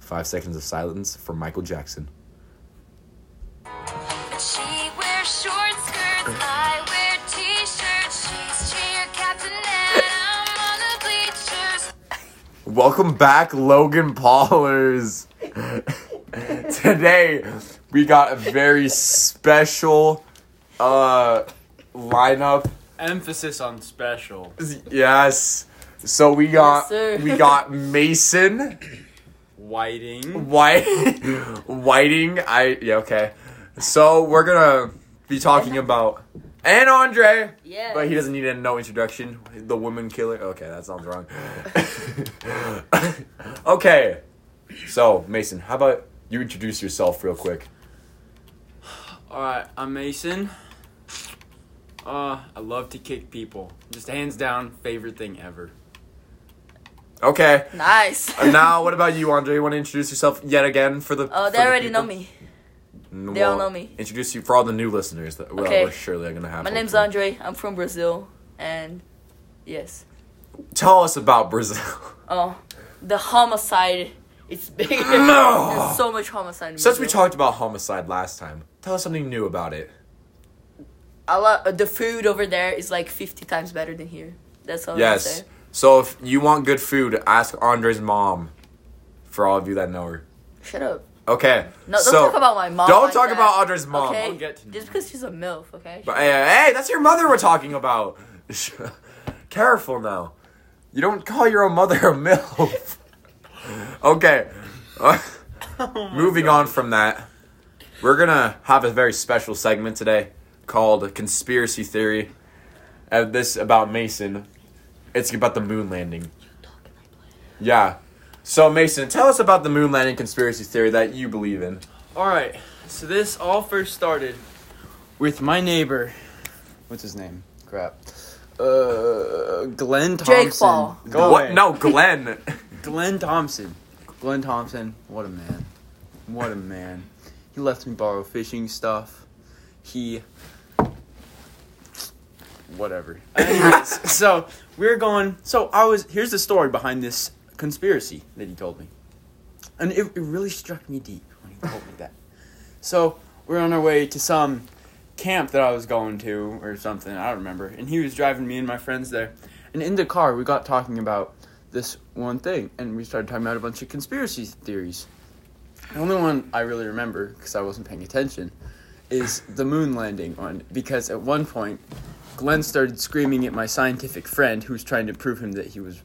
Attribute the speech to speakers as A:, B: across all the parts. A: Five seconds of silence for Michael Jackson.
B: She wears short skirts, I wear t-shirts. She's cheer captain and I'm on the bleachers.
A: Welcome back, Logan Paulers. Today we got a very special uh lineup.
C: Emphasis on special.
A: Yes. So we got
D: Yes, sir.
A: we got Mason
C: Whiting.
A: White Whiting. I yeah, okay. So we're gonna be talking about and Andre.
D: Yes.
A: But he doesn't need a no introduction. The woman killer. Okay, that sounds wrong. okay. So, Mason, how about you introduce yourself real quick?
C: Alright, I'm Mason. Uh, I love to kick people. Just hands down, favorite thing ever.
A: Okay.
D: Nice.
A: And now, what about you, Andre? You want to introduce yourself yet again for the.
D: Oh,
A: for
D: they
A: the
D: already know
A: people?
D: me.
A: Mm,
D: They all
A: well,
D: know me.
A: Introduce you for all the new listeners that well,
D: Okay.
A: we're surely are going to have.
D: My name's
A: hopefully.
D: Andre. I'm from Brazil, and yes,
A: Tell us about Brazil.
D: oh, the homicide. It's big.
A: No.
D: There's so much homicide. In
A: Since we
D: Brazil.
A: talked about homicide last time, tell us something new about it.
D: a lot, uh, the food over there is like 50 times better than here. That's all. I'm
A: Yes.
D: saying.
A: So if you want good food, ask Andre's mom. For all of you that know her.
D: Shut up.
A: Okay.
D: No, don't
A: so,
D: talk about my mom.
A: Don't
D: like
A: talk
D: that.
A: about Andre's mom.
D: Okay.
C: I'll get to know
D: Just because she's a milf, okay?
A: But, hey, hey, that's your mother we're talking about. Careful now. You don't call your own mother a MILF. okay. Uh, moving on from that, we're going to have a very special segment today called Conspiracy Theory. And this about Mason. It's about the moon landing. Yeah. So, Mason, tell us about the moon landing conspiracy theory that you believe in.
C: Alright, so this all first started with my neighbor. What's his name? Crap. Uh, Glenn Thompson.
D: Jake Paul.
C: Go
A: what?
C: away.
A: No, Glenn.
C: Glenn Thompson. Glenn Thompson, what a man. What a man. He left me borrow fishing stuff. He whatever. Anyways, so we're going so I was here's the story behind this conspiracy that he told me. And it, it really struck me deep when he told me that. So we're on our way to some camp that I was going to or something, I don't remember. And he was driving me and my friends there. And in the car we got talking about this one thing, and we started talking about a bunch of conspiracy theories. The only one I really remember, because I wasn't paying attention, is the moon landing one. Because at one point, Glenn started screaming at my scientific friend who was trying to prove him that he was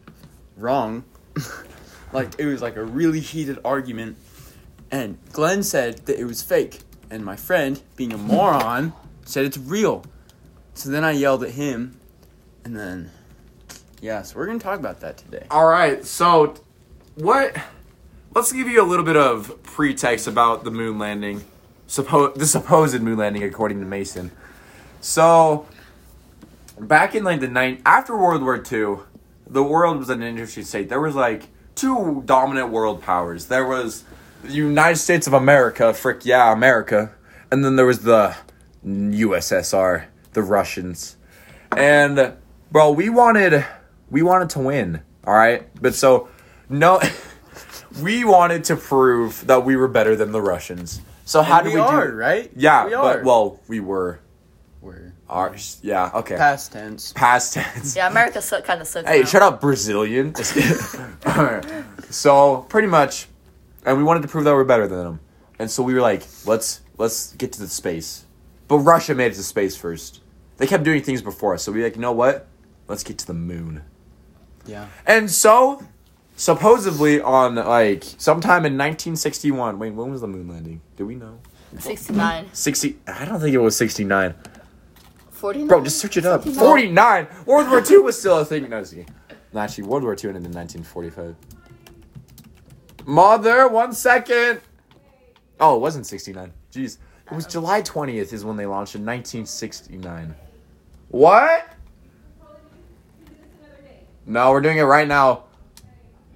C: wrong. like, it was like a really heated argument. And Glenn said that it was fake. And my friend, being a moron, said it's real. So then I yelled at him. And then, yeah, so we're going to talk about that today.
A: All right, so what? Let's give you a little bit of pretext about the moon landing, suppo- the supposed moon landing, according to Mason. So, back in like the nine after World War II, the world was an interesting state. There was like two dominant world powers. There was the United States of America, frick yeah, America, and then there was the USSR, the Russians. And bro, we wanted we wanted to win, all right? But so no we wanted to prove that we were better than the Russians. So how
C: And
A: do
C: we
A: we
C: are,
A: do
C: right?
A: Yeah,
C: we
A: but
C: are.
A: well, we were
C: we're
A: are yeah, okay.
C: past tense.
A: Past tense.
D: yeah, America su- kind of sucks.
A: Hey,
D: now.
A: shut up, Brazilian. Just kidding. All right. So pretty much, and we wanted to prove that we're better than them, and so we were like, let's let's get to the space. But Russia made it to space first. They kept doing things before us, so we were like, you know what? Let's get to the moon.
C: Yeah.
A: And so, supposedly on like sometime in 1961. Wait, when was the moon landing? Do we know?
D: 69.
A: 60. I don't think it was 69.
D: 49.
A: Bro, just search it up. 49. World War II was still a thing. No, see. No, actually, World War II ended in 1945. Mother, one second. Oh, it wasn't 69. Jeez. It was July 20th is when they launched in 1969. What? No, we're doing it right now.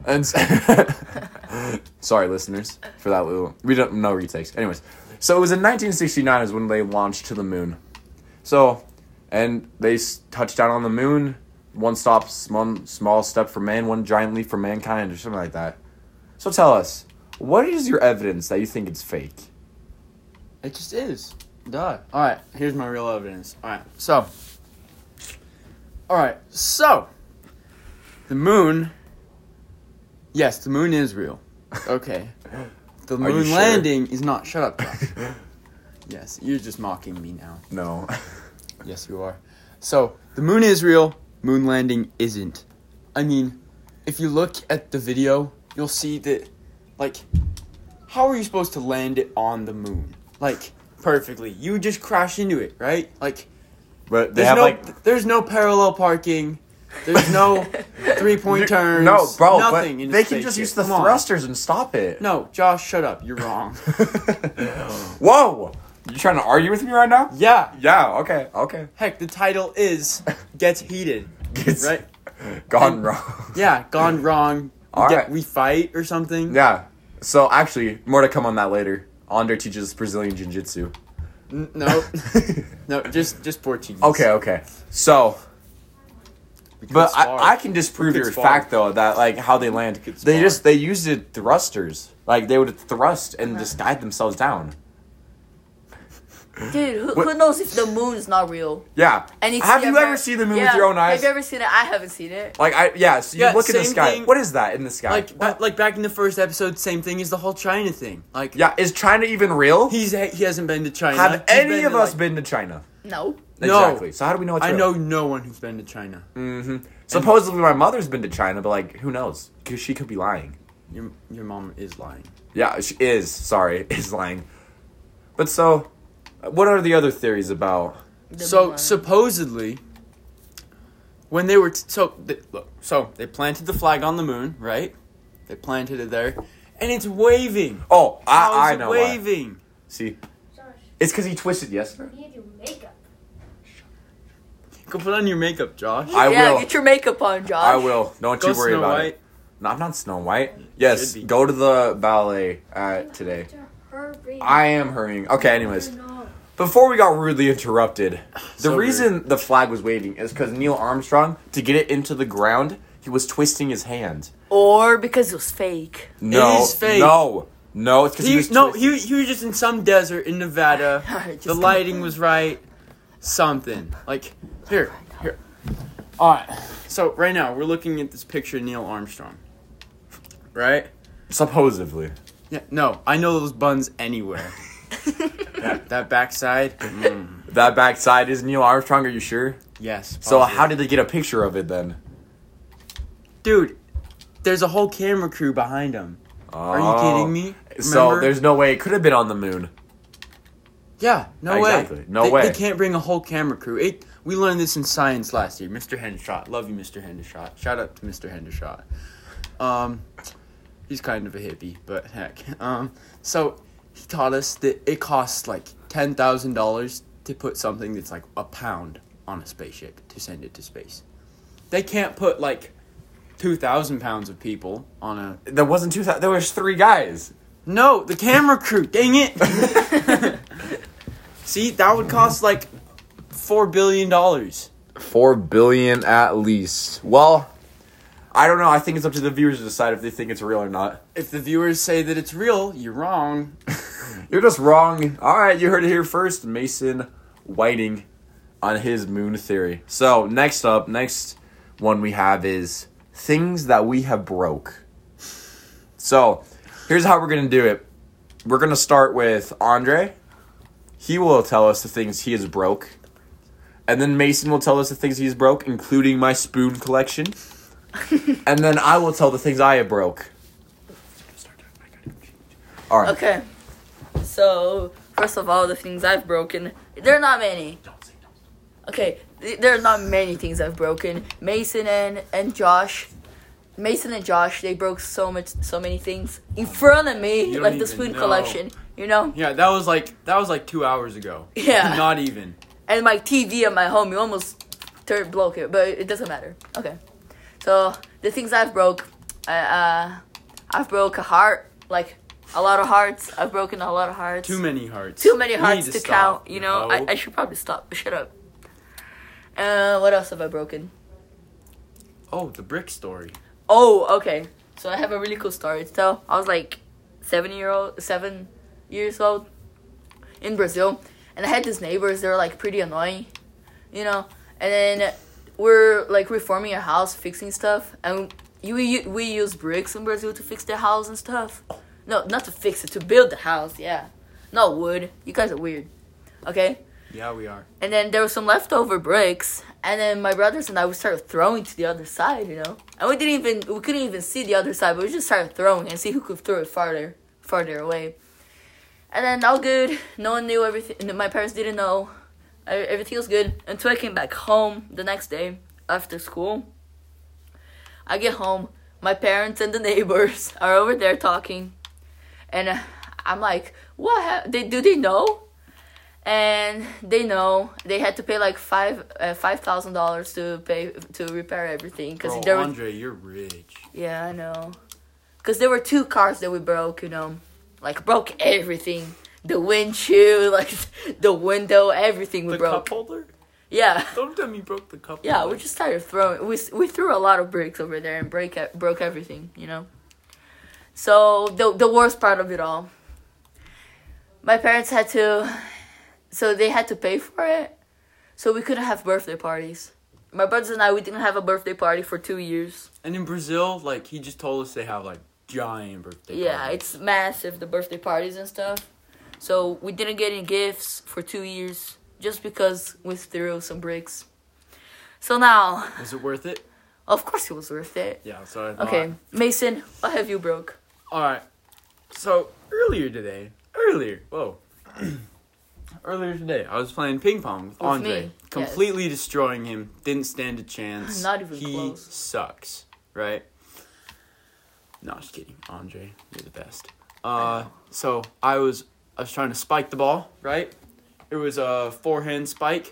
A: And s- sorry, listeners, for that little. We don't no retakes. Anyways, so it was in 1969 is when they launched to the moon. So, and they s- touched down on the moon. One stop, one small step for man, one giant leap for mankind, or something like that. So tell us, What is your evidence that you think it's fake?
C: It just is. Duh. All right. Here's my real evidence. All right. So. All right. So. The moon. Yes, the moon is real. Okay. The
A: you
C: moon
A: sure?
C: landing is not. Shut up. Josh. yes, you're just mocking me now.
A: No.
C: Yes, you are. So the moon is real. Moon landing isn't. I mean, if you look at the video, you'll see that, like, how are you supposed to land it on the moon? Like perfectly. You just crash into it, right? Like
A: But they
C: there's
A: have
C: no
A: like
C: there's no parallel parking. There's no three point turns.
A: No, bro,
C: Nothing.
A: but
C: in
A: they
C: a
A: can just
C: spaceship.
A: use the
C: Come on.
A: thrusters and stop it.
C: No, Josh, shut up. You're wrong.
A: Whoa! You trying to argue with me right now?
C: yeah.
A: Yeah, okay, okay.
C: Heck, the title is "Gets Heated,"
A: Gets-
C: right?
A: Gone wrong.
C: Yeah, gone wrong.
A: All
C: Get-
A: right.
C: We fight or something.
A: Yeah. So actually, more to come on that later. Andre teaches Brazilian Jiu Jitsu.
C: N- no, no, just just Portuguese.
A: Okay, okay. So,
C: We could
A: but
C: spar.
A: I, I can disprove
C: could
A: your
C: spar.
A: fact though that like how they land,
C: could
A: they
C: spar.
A: just they used it thrusters. Like they would thrust and just guide themselves down.
D: Dude, who, who
A: What-
D: knows if the moon's not real?
A: Yeah.
D: And it's
A: have you
D: never-
A: ever seen the moon with
D: Yeah,
A: your own eyes?
D: Have you ever seen it? I haven't seen it.
A: like I yeah. So you
C: Yeah,
A: look in the
C: same
A: sky.
C: thing-
A: What is that in the sky?
C: like ba- like back in the first episode, same thing as the whole China thing. Like
A: yeah, is China even real?
C: he's he hasn't been to China.
A: have
C: He's
A: any
C: been
A: of
C: to,
A: us
C: like-
A: been to China?
D: No.
C: No.
A: Exactly. So how do we know it's
C: I
A: real?
C: know no one who's been to China.
A: Mm. Supposedly my mother's been to China, but like who knows? Cause she could be lying.
C: Your your mom is lying.
A: Yeah, she is. Sorry, is lying. But so, what are the other theories about?
D: The
C: so
D: moon.
C: supposedly, when they were t- so they, look, so they planted the flag on the moon, right? They planted it there, and it's waving.
A: Oh,
C: How is
A: I, I
C: it
A: know. why.
C: waving.
A: See,
E: Josh,
A: it's because he twisted yesterday.
E: you need your makeup.
C: Go put on your makeup, Josh.
A: I
D: yeah,
A: will.
D: get your makeup on, Josh.
A: I will. Don't
C: Go
A: you worry
C: Snow
A: about
C: White.
A: it. No, I'm not Snow White. Yes,
C: should be.
A: go to the ballet uh, today.
E: To hurry.
A: I am hurrying. Okay, anyways.
E: No.
A: Before we got rudely interrupted, the
C: So
A: reason the flag was waving is because Neil Armstrong, to get it into the ground, he was twisting his hand.
D: Or because it was fake.
A: No,
C: is fake.
A: no, no. It's because he,
C: He,
A: was
C: no,
A: twisting-
C: he, he was just in some desert in Nevada.
D: Alright,
C: the
D: just
C: lighting was right. Something. Like, here, here. Alright, so right now we're looking at this picture of Neil Armstrong. Right?
A: supposedly.
C: Yeah, no, I know those buns anywhere. that, that backside? Mm,
A: That backside is Neil Armstrong. Are you sure?
C: yes.
A: So
C: positive.
A: how did they get a picture of it then?
C: Dude, there's a whole camera crew behind him. Are you kidding me?
A: Oh. So
C: Remember?
A: there's no way it could have been on the moon.
C: Yeah, no
A: Exactly.
C: way.
A: No
C: they,
A: way.
C: They can't bring a whole camera crew. It, we learned this in science last year. Mr. Hendershot. Love you, Mr. Hendershot. Shout out to Mr. Hendershot. Um, he's kind of a hippie, but heck. Um, so he taught us that it costs like $10,000 to put something that's like a pound on a spaceship to send it to space. They can't put like 2,000 pounds of people on a.
A: There wasn't two. There was three guys.
C: No, the camera crew. Dang it. See, that would cost like four billion dollars.
A: Four billion at least. Well, I don't know. I think it's up to the viewers to decide if they think it's real or not.
C: If the viewers say that it's real, you're wrong.
A: You're just wrong. All right, you heard it here first. Mason Whiting on his moon theory. So next up, next one we have is things that we have broke. So here's how we're gonna do it. We're gonna start with Andre. He will tell us the things he has broke. And then Mason will tell us the things he's broke, including my spoon collection. and then I will tell the things I have broke. All right.
D: Okay. So, first of all, the things I've broken, there are not many. Okay, th- there are not many things I've broken. Mason and, and Josh. Mason and Josh, they broke so much, so many things in front of me,
C: don't
D: like the
C: even
D: spoon
C: know.
D: collection, you know.
C: Yeah, that was like that was like two hours ago.
D: Yeah.
C: Not even.
D: and my TV at my home. You almost third bloke it, but it doesn't matter. Okay, so the things I've broke, I, uh, I've broke a heart, like a lot of hearts. I've broken a lot of hearts.
C: Too many hearts.
D: Too many
C: You
D: hearts
C: need
D: to,
C: stop,
D: count. You know,
C: hoe.
D: I, I should probably stop. Shut up. Uh, what else have I broken?
C: oh, the brick story.
D: Oh, okay. So I have a really cool story to tell. I was like seven year old, seven years old, in Brazil, and I had these neighbors. They were like pretty annoying, you know. And then we're like reforming a house, fixing stuff, and you we, we use bricks in Brazil to fix the house and stuff. No, not to fix it, to build the house. Yeah, not wood. You guys are weird. Okay.
C: Yeah, we are.
D: And then there was some leftover bricks, and then my brothers and I we started throwing to the other side, you know. And we didn't even we couldn't even see the other side, but we just started throwing and see who could throw it farther, farther away. And then all good. No one knew everything. My parents didn't know. E- Everything was good until I came back home the next day after school. I get home. My parents and the neighbors are over there talking, and uh, I'm like, "What? hap they do they know?" and they know they had to pay like five uh, five thousand dollars to pay to repair everything because
C: Bro,
D: there were
C: Andre, you're rich.
D: yeah I know because there were two cars that we broke you know like broke everything the windshield like the window everything we
C: The
D: broke
C: cup holder?
D: yeah
C: Don't tell me you broke the cup
D: yeah
C: holder.
D: we just started throwing we s- we threw a lot of bricks over there and break e- broke everything you know so the the worst part of it all my parents had to so they had to pay for it so we couldn't have birthday parties my brothers and i we didn't have a birthday party for two years
C: And in Brazil, like, he just told us they have, like, giant birthday
D: yeah
C: parties.
D: it's massive the birthday parties and stuff so we didn't get any gifts for two years just because we threw some bricks so now
C: Was it worth it?
D: of course it was worth it
C: Yeah, that's what I thought.
D: Okay, Mason, what have you broke?
C: All right. So earlier today, earlier, whoa, earlier today, I was playing ping pong with, Andre,
D: me,
C: completely destroying him. Didn't stand a chance.
D: Not even
C: he
D: close.
C: sucks, right? No, just kidding, Andre. You're the best. Uh, so I was, I was trying to spike the ball, right? It was a forehand spike,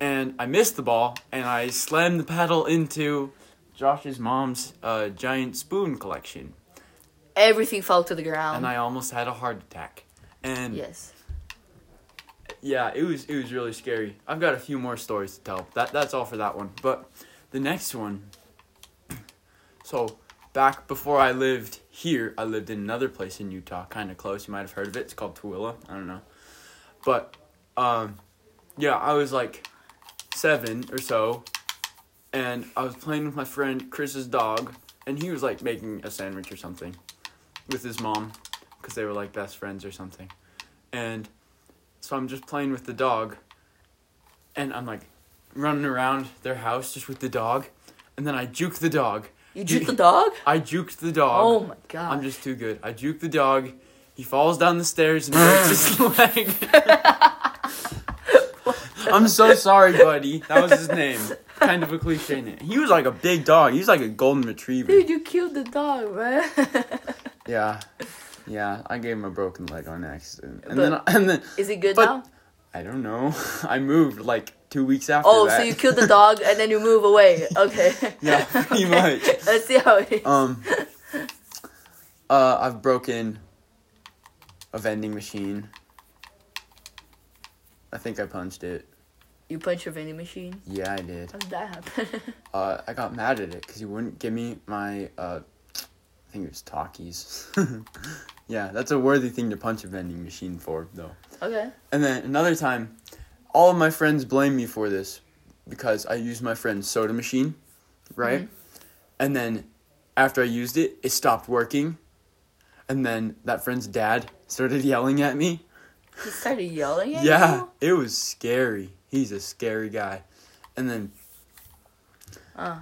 C: and I missed the ball, and I slammed the paddle into Josh's mom's uh, giant spoon collection
D: Everything fell to the ground.
C: and I almost had a heart attack. And
D: yes.
C: yeah, it was it was really scary. I've got a few more stories to tell. That that's all for that one. But the next one. So back before I lived here, I lived in another place in Utah, kind of close. You might have heard of it. It's called Tooele. I don't know, but um, yeah, I was like seven or so, and I was playing with my friend Chris's dog, and he was like making a sandwich or something with his mom, because they were like best friends or something, and so I'm just playing with the dog, and I'm like running around their house just with the dog, and then I juke the dog.
D: You juke the dog?
C: I juked the dog.
D: Oh my god.
C: I'm just too good. I juke the dog. He falls down the stairs and breaks his leg. I'm so sorry, buddy. That was his name. Kind of a cliche name. He was like a big dog. He was like a golden retriever.
D: Dude, you killed the dog, man.
C: Yeah, yeah. I gave him a broken leg on accident, and
D: But-
C: then and then
D: Is it good
C: But-
D: now?
C: I don't know. I moved like two weeks after
D: Oh,
C: that.
D: so you killed the dog and then you move away. Okay.
C: Yeah, pretty much.
D: Let's see how it is.
C: Um, uh, I've broken a vending machine. I think I punched it.
D: you punch your vending machine.
C: Yeah, I did.
D: How did that happen?
C: Uh, I got mad at it because he wouldn't give me my. Uh, I think it was talkies. yeah, that's a worthy thing to punch a vending machine for, though.
D: okay.
C: And then another time, all of my friends blame me for this because I used my friend's soda machine, right? And then after I used it, it stopped working. And then that friend's dad started yelling at me.
D: He started yelling at
C: Yeah,
D: you?
C: it was scary. He's a scary guy. And then
D: Uh.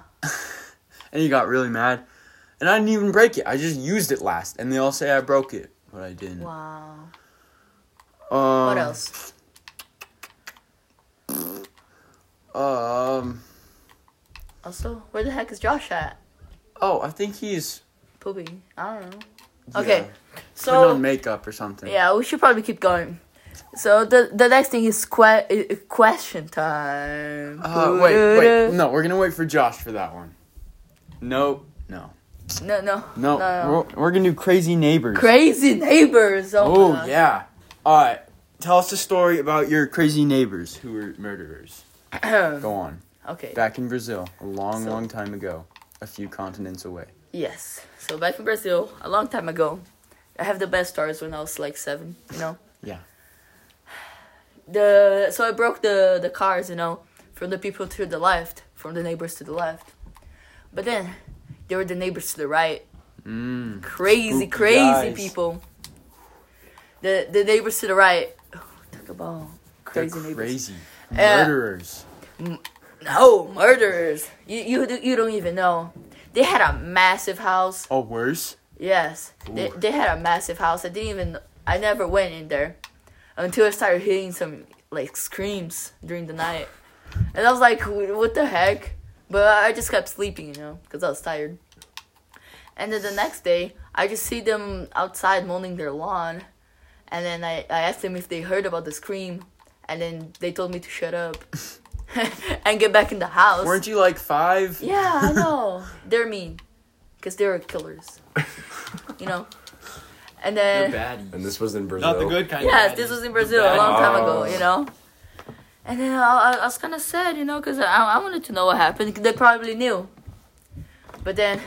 C: and he got really mad. And I didn't even break it. I just used it last. And they all say I broke it, but I didn't.
D: Wow.
C: Um,
D: What else?
C: Um
D: Also, where the heck is Josh at?
C: oh, I think he's
D: Pooping. I don't know. Okay.
C: yeah. putting
D: So
C: on makeup or something.
D: Yeah, we should probably keep going. So the the next thing is que- uh, question time.
C: Uh, wait, wait. No, we're gonna wait for Josh for that one. No, no,
D: No, no,
C: no.
D: no.
C: We're, we're gonna do crazy neighbors.
D: Crazy neighbors. Oh,
C: oh
D: my God.
C: yeah. All right. Tell us a story about your crazy neighbors who were murderers. Go on.
D: okay.
C: Back in Brazil, a long,
D: So-
C: long time ago, a few continents away.
D: Yes. So back in Brazil, a long time ago, I have the best stars when I was like seven, you know.
C: Yeah.
D: The so I broke the the cars, you know, from the people to the left, from the neighbors to the left. But then there were the neighbors to the right.
C: Mm.
D: Crazy,
C: Spooky
D: crazy
C: guys.
D: people. The the neighbors to the right. talk about crazy
C: They're
D: neighbors. Uh,
C: crazy.
D: Yeah.
C: Murderers.
D: No murderers. You you do- you don't even know. They had a massive house.
C: Oh, worse.
D: Yes, they
C: Ooh.
D: they had a massive house. I didn't even I never went in there until I started hearing some like screams during the night, and I was like, "Wh- what the heck? But I just kept sleeping, you know, because I was tired. And then the next day, I just see them outside mowing their lawn, and then I I asked them if they heard about the scream, and then they told me to shut up and get back in the house.
C: Weren't you like five?
D: Yeah, I know. They're mean. Because they were killers. You know? And
C: They're
D: then.
C: baddies.
A: And this was in Brazil.
E: Not the good kind.
D: Yes,
E: of
D: this
E: baddies.
D: was in
E: The
D: Brazil a long
E: bad-
D: time
A: Oh.
D: ago, you know? And then I, I- I was kind of sad, you know, because I, I wanted to know what happened. They probably knew. But then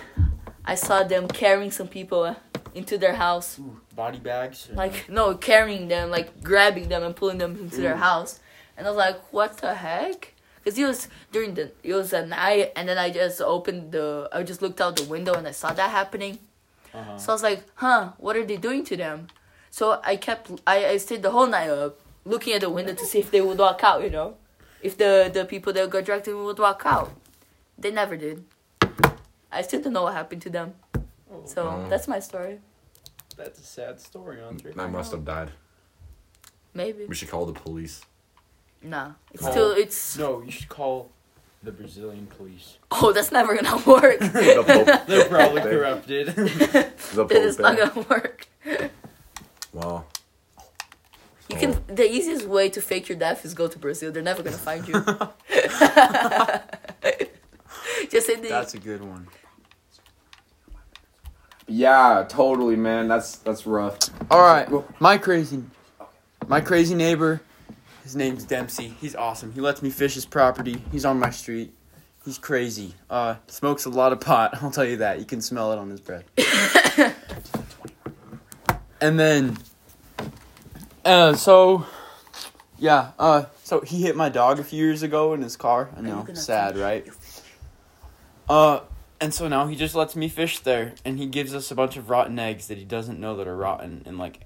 D: I saw them carrying some people uh, into their house.
C: Ooh, body bags.
D: Like, no, carrying them, like grabbing them and pulling them into their house. And I was like, what the heck? Because it was during the, it was at night, and then I just opened the, I just looked out the window and I saw that happening.
C: Uh-huh.
D: So I was like, huh, what are they doing to them? So I kept, I, I stayed the whole night up looking at the window to see if they would walk out, you know? If the, the people that got dragged in would walk out. They never did. I still don't know what happened to them. So
A: Oh.
D: that's my story.
E: That's a sad story, Andre.
A: I must have died.
D: Maybe.
A: We should call the police.
D: Nah. It's
C: No.
D: still, it's,
C: No, you should call the Brazilian police.
D: oh, that's never gonna work.
A: The Pope.
C: They're probably
A: They-
C: corrupted.
A: The
D: That is
A: Pope.
D: not
A: eh?
D: gonna work.
A: Wow.
D: You can.
A: Oh.
D: The easiest way to fake your death is go to Brazil. They're never gonna find you. Just say the
C: a good one.
A: Yeah, totally, man. That's that's rough.
C: All right, my crazy, my crazy neighbor. His name's Dempsey. He's awesome. He lets me fish his property. He's on my street. He's crazy. Uh, smokes a lot of pot. I'll tell you that. You can smell it on his breath. and then, uh, so, yeah. Uh, so he hit my dog a few years ago in his car. I know,
D: gonna
C: sad, right? Uh, and so now he just lets me fish there, and he gives us a bunch of rotten eggs that he doesn't know that are rotten, and like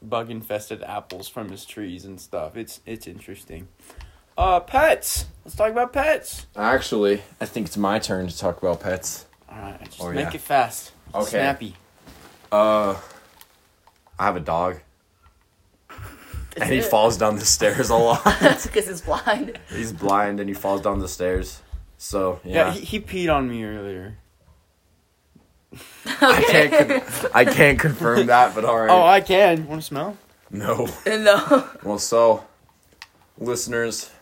C: bug infested apples from his trees and stuff. It's it's interesting. Uh, pets. Let's talk about pets.
A: Actually, I think it's my turn to talk about pets.
C: All right, just
A: Oh,
C: make
A: yeah.
C: it fast.
A: Okay.
C: Snappy.
A: Uh, I have a dog, and he
D: it.
A: falls down the stairs a lot.
D: that's because he's blind.
A: He's blind, and he falls down the stairs. So
C: Yeah,
A: yeah,
C: he, he peed on me earlier.
A: I can't. Con- I can't confirm that, but all right.
C: Oh, I can. Want to smell?
A: no.
D: no.
A: Well, so, listeners,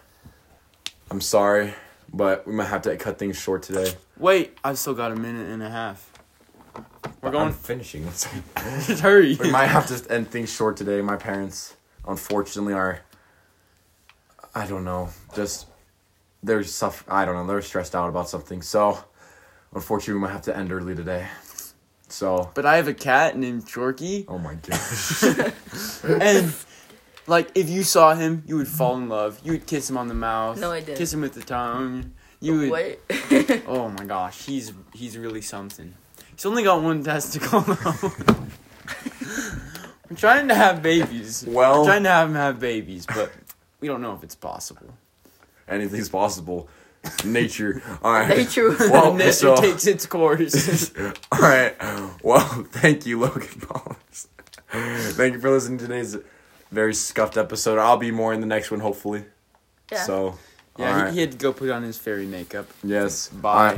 A: I'm sorry, but we might have to cut things short today.
C: Wait, I've still got a minute and a half. We're
A: I'm
C: going.
A: finishing.
C: Just hurry.
A: we might have to end things short today. My parents, unfortunately, are. I don't know. Just they're suff. I don't know. They're stressed out about something. So, unfortunately, we might have to end early today. So.
C: But I have a cat named Chorky,
A: Oh my gosh. Oh.
C: and like if you saw him, you would fall in love. You would kiss him on the mouth.
D: No, I didn't.
C: Kiss him with the tongue. You would.
D: Wait.
C: Oh my gosh, he's he's really something. He's only got one testicle. though. We're trying to have babies.
A: Well-
C: We're trying to have him have babies, but we don't know if it's possible.
A: Anything's possible. Nature. All right.
D: Very true.
A: Well,
C: Nature
A: so-
C: takes its course.
A: All right. Well, thank you, Logan Paulus. thank you for listening to today's very scuffed episode. I'll be more in the next one, hopefully.
D: Yeah.
A: So,
C: yeah,
A: all
C: he,
A: right.
C: he had to go put on his fairy makeup.
A: yes.
C: Bye.
A: All right.